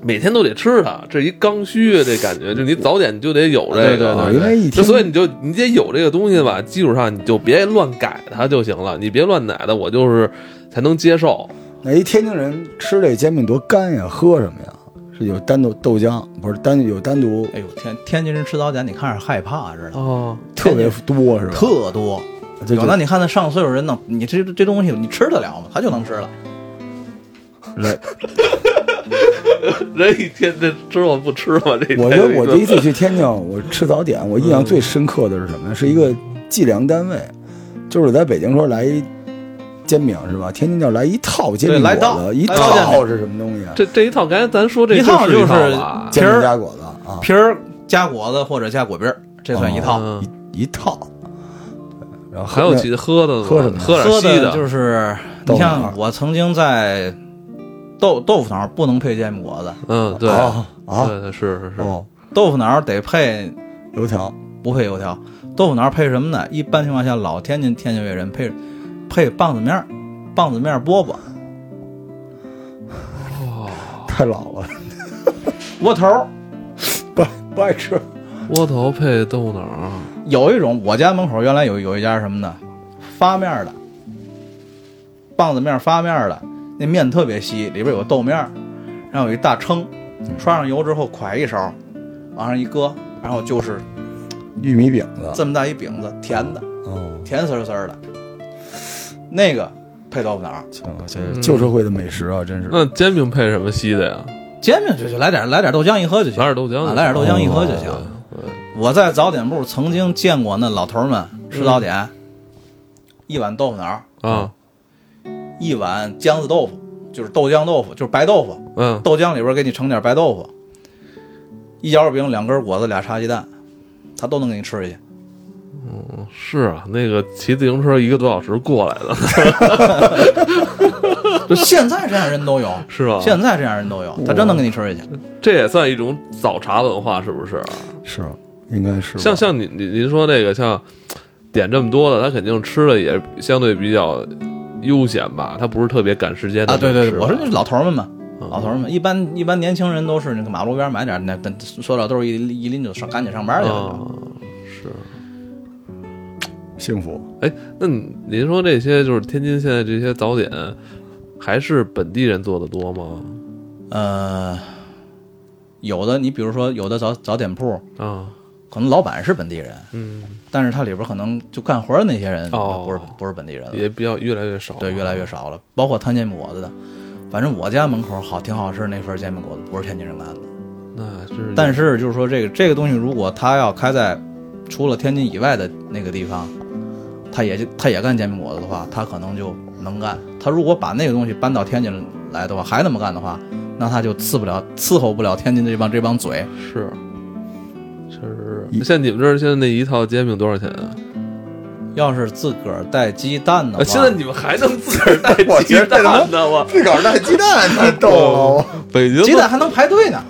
每天都得吃它，这一刚需啊这感觉，就你早点你就得有这个，对对啊对因为一就听，所以你就你得有这个东西吧，基础上你就别乱改它就行了，你别乱奶的，我就是才能接受。那一天津人吃这煎饼多干呀，喝什么呀？是有单独豆浆，不是单有单独哎呦天，天津人吃早点，你看着害怕知道 吗？哦，特别多是吧？特多，这有就的你看那上岁数人呢，你这这东西你吃得了吗？他就能吃了。来，人一天这吃我不吃嘛，这我觉得我第一这次去天津，我吃早点，我印象最深刻的是什么呢？是一个计量单位，就是在北京说来一煎饼是吧？天津叫来一套煎对饼来果道子，一来道煎套是什么东西啊？ 这这一套，刚才咱说这一套就是就是吧这煎饼加果子啊，哦皮儿加果子或者加果篦儿，这算一套。嗯一一套。对然后还有那其他喝的呢，喝什么呀喝点喝稀的就是，豆你腐脑儿像我曾经在豆豆腐脑儿不能配煎饼果子，嗯，对，啊啊对，是是是，哦，豆腐脑儿得配油条，不配油条？豆腐脑儿配什么呢？一般情况下，老天津天津卫人配配棒子面儿，棒子面儿饽饽，太老了，窝头儿。不不爱吃。窝头配豆脑儿，有一种，我家门口原来有有一家什么呢？发面儿的，棒子面儿发面儿的，那面特别稀，里边有个豆面儿，然后有一大蛏，刷上油之后㧟一勺，往上一搁，然后就是玉米饼子，这么大一饼子，甜的，哦，甜丝丝儿的，啊那个配豆腐脑儿，行了，这旧社会的美食啊，真是。那煎饼配什么稀的呀？煎饼就就来点来点豆浆一喝就行来，点豆浆啊就，来点豆浆一喝就哦行。我在早点部曾经见过那老头儿们吃早点，一碗豆腐脑儿，啊，一碗浆子豆腐，就是豆浆豆腐，就是白豆腐，嗯，豆浆里边给你盛点白豆腐，一摇饼，两根果子，俩茶鸡蛋，他都能给你吃下去。是啊，那个骑自行车一个多小时过来的，就现在这样人都有，是吧？现在这样人都有，他真能给你吃下去。这也算一种早茶文化，是不是？是，应该是吧像像你你您说这个，像点这么多的，他肯定吃的也相对比较悠闲吧，他不是特别赶时间的啊，对对吃对，吧我说那老头儿们嘛，嗯老头儿们一般一般年轻人都是那个马路边买点那那塑料豆一一拎就上，赶紧上班去了。啊，是。幸福，哎，那你您说这些就是天津现在这些早点，还是本地人做的多吗？嗯呃，有的你比如说有的早早点铺，啊，可能老板是本地人，嗯，但是它里边可能就干活的那些人哦不是不是本地人了，也比较越来越少，对，越来越少了。包括摊煎饼果子的，反正我家门口好挺好吃那份煎饼果子，不是天津人干的。那真是。但是就是说这个这个东西，如果它要开在除了天津以外的那个地方，他也就他也干煎饼果子的话，他可能就能干。他如果把那个东西搬到天津来的话，还那么干的话，那他就伺不了伺候不了天津这帮这帮嘴。是，确实一是。像你们这儿现在那一套煎饼多少钱啊？要是自个儿带鸡蛋的话，啊现在你们还能自个儿带我鸡觉得这蛋呢？我自个儿带鸡蛋 太逗了，我 北京鸡蛋还能排队呢。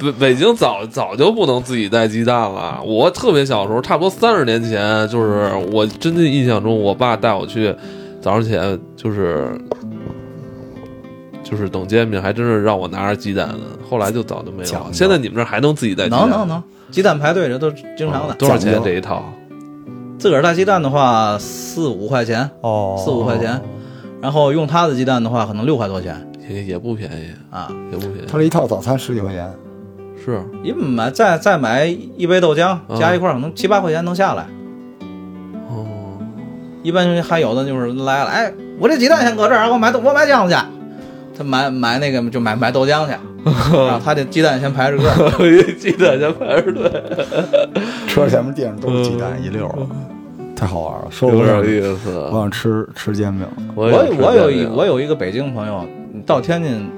北北京早早就不能自己带鸡蛋了。我特别小时候，差不多三十年前，就是我真的印象中，我爸带我去早上起来就是就是等煎饼，还真是让我拿着鸡蛋呢。后来就早就没有讲究了。现在你们这儿还能自己带鸡蛋？哦能能能，鸡蛋排队这都是经常的。多少钱讲究这一套？自个儿带鸡蛋的话，四五块钱，哦四五块钱。然后用他的鸡蛋的话，可能六块多钱也也不便宜，啊。也不便宜他。这一套早餐十几块钱，是你买再再买一杯豆浆，嗯加一块儿可能七八块钱能下来。哦， 一般还有的就是来了，哎，我这鸡蛋先搁这儿，我买豆我买酱去。他买买那个就买买豆浆去，然后他这鸡蛋先排着个儿。鸡蛋先排着队，车前面地上都是鸡蛋一溜儿，太好玩了。说有我点想意思。啊我想吃吃煎饼，我我我有一我有有一个北京朋友，你到天津，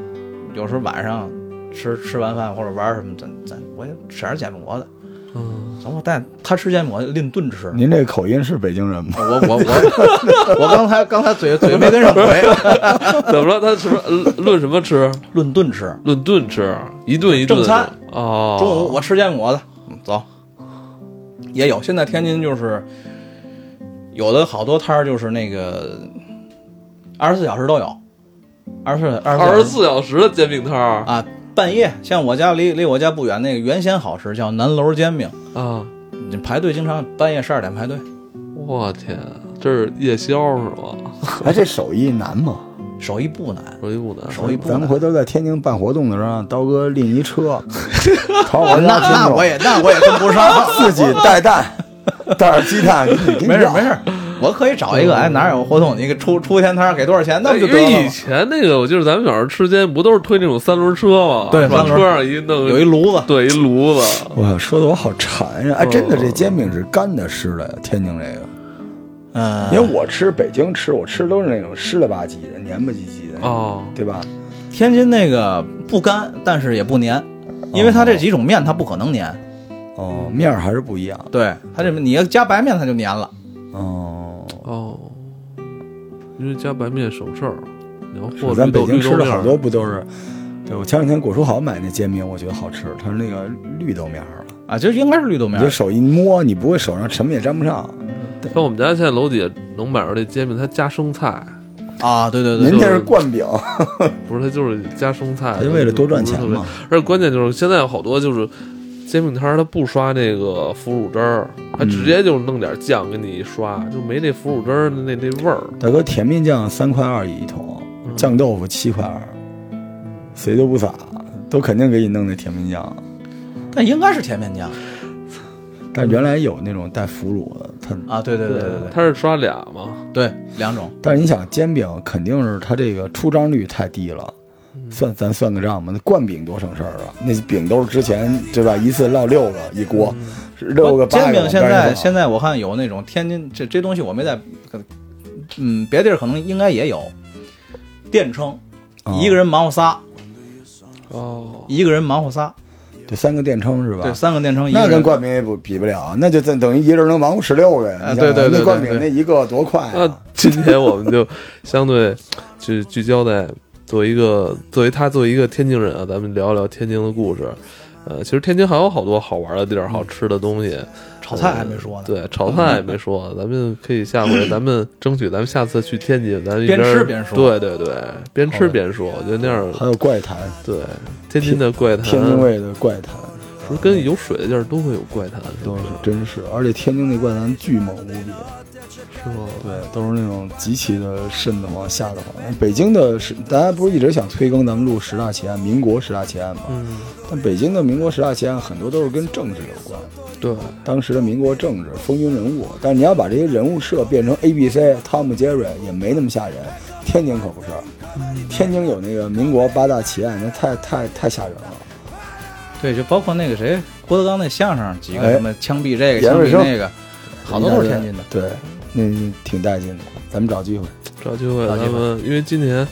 有时候晚上吃吃完饭或者玩儿什么，咱咱我也吃点煎饼果子，嗯咱我带他吃煎饼果子拎顿 吃。您这口音是北京人吗？我我我我刚才刚才嘴嘴没跟上嘴，怎么了？他什么论什么吃？论顿吃。论顿吃，一顿一顿正餐哦。中午我吃煎饼果子，嗯走。也有，现在天津就是有的好多摊儿就是那个二十四小时都有，二十四二二十四小时的煎饼摊儿啊，半夜像我家离离我家不远那个原先好吃叫南楼煎饼，啊！你排队经常半夜十二点排队，我天，这是夜宵是吗？哎，这手艺难吗？手艺不难，手艺不难，哎手艺不 咱们难。回头在天津办活动的时候，让刀哥拎一 车，淘啊那宝上听那众我也那我也跟不上， 自己带 蛋，带点鸡蛋，给 你 没事没事，我可以找一个哎哪儿有活动，你给出出一天摊儿给多少钱，那不就因得为了哎以吗？前那个，我记得咱们小时候吃煎，不都是推那种三轮车吗？对往三轮车上一弄，有一炉子，对一炉子，哇，说的我好馋呀！哎，真的，这煎饼是干的湿的呀？天津这个，嗯，因为我吃北京吃，我吃都是那种湿了吧唧的、黏不唧唧的，哦对吧？天津那个不干，但是也不粘，因为它这几种面它不可能粘，哦，面儿还是不一样。对它这你要加白面它就粘了。哦，哦，因为加白面省事儿。你要和咱绿北豆京绿吃豆的面好儿，多不都是对我前两天果蔬好买那煎饼，我觉得好吃，它是那个绿豆面儿的，啊，就应该是绿豆你面这儿，手一摸，你不会手上什么也沾不上。像我们家现在楼底下能买着这煎饼，它加生菜，啊，对对对您对，这是灌饼，不是它就是加生菜，就为了多赚钱不是特别嘛。而且关键就是现在有好多就是煎饼摊儿，它不刷那个腐乳汁儿，它嗯直接就弄点酱给你一刷，就没那腐乳汁儿的那那味儿。大哥，甜面酱三块二一桶，酱豆腐七块二，谁都不撒，都肯定给你弄那甜面酱。但应该是甜面酱但原来有那种带腐乳的，它，啊，对对对对对它是刷俩嘛，对，两种但是你想煎饼肯定是它这个出张率太低了。算咱算个账吧，那灌饼多省事儿啊！那饼都是之前对吧，一次烙六个一锅，六个嗯八煎个。饼现在现在在我看有那种天津这这东西我没在，嗯，别地儿可能应该也有，电称，一个人忙活仨，哦，一个人忙活仨，这三个电称是吧？对，三个电称一那个跟人。灌饼也不比不了，那就等等于一人能忙活十六个呀！啊你想对想对对那灌对呃饼对那一个多快啊！哎那今天我们就相对就聚焦在作为一个 作为他作为一个天津人啊，咱们聊一聊天津的故事。呃，其实天津还有好多好玩的地儿，好吃的东西。炒菜还没说呢，对，炒菜也没说，咱们可以下回，咱们争取，咱们下次去天津，咱们一边边吃边说对对对，边吃边说，我觉得那样还有怪谈，对天津的怪谈，天津卫的怪谈不是跟有水的地儿都会有怪谈，都是真实，而且天津那怪谈巨猛无比，是吗？对，都是那种极其的瘆得慌、吓得慌。北京的十，大家不是一直想推更咱们录十大奇案，民国十大奇案吗？嗯，但北京的民国十大奇案很多都是跟政治有关，对，当时的民国政治风云人物。但你要把这些人物设变成 A、B、C、汤姆、杰瑞，也没那么吓人。天津可不是，嗯天津有那个民国八大奇案，那太太太吓人了。对，就包括那个谁，郭德纲那相声几个什么枪毙这个，哎严枪瑞毙生那个，好多都是天津的。对，那挺带劲的。咱们找机会，找机会找机咱会们因为今年，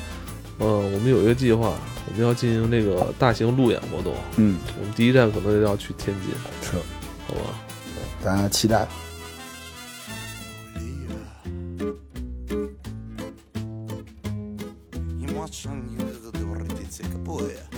呃，我们有一个计划，我们要进行这个大型路演活动，嗯，我们第一站可能要去天津，是，好吧？大家期待吧。 Не можешь мне говорить, как будет.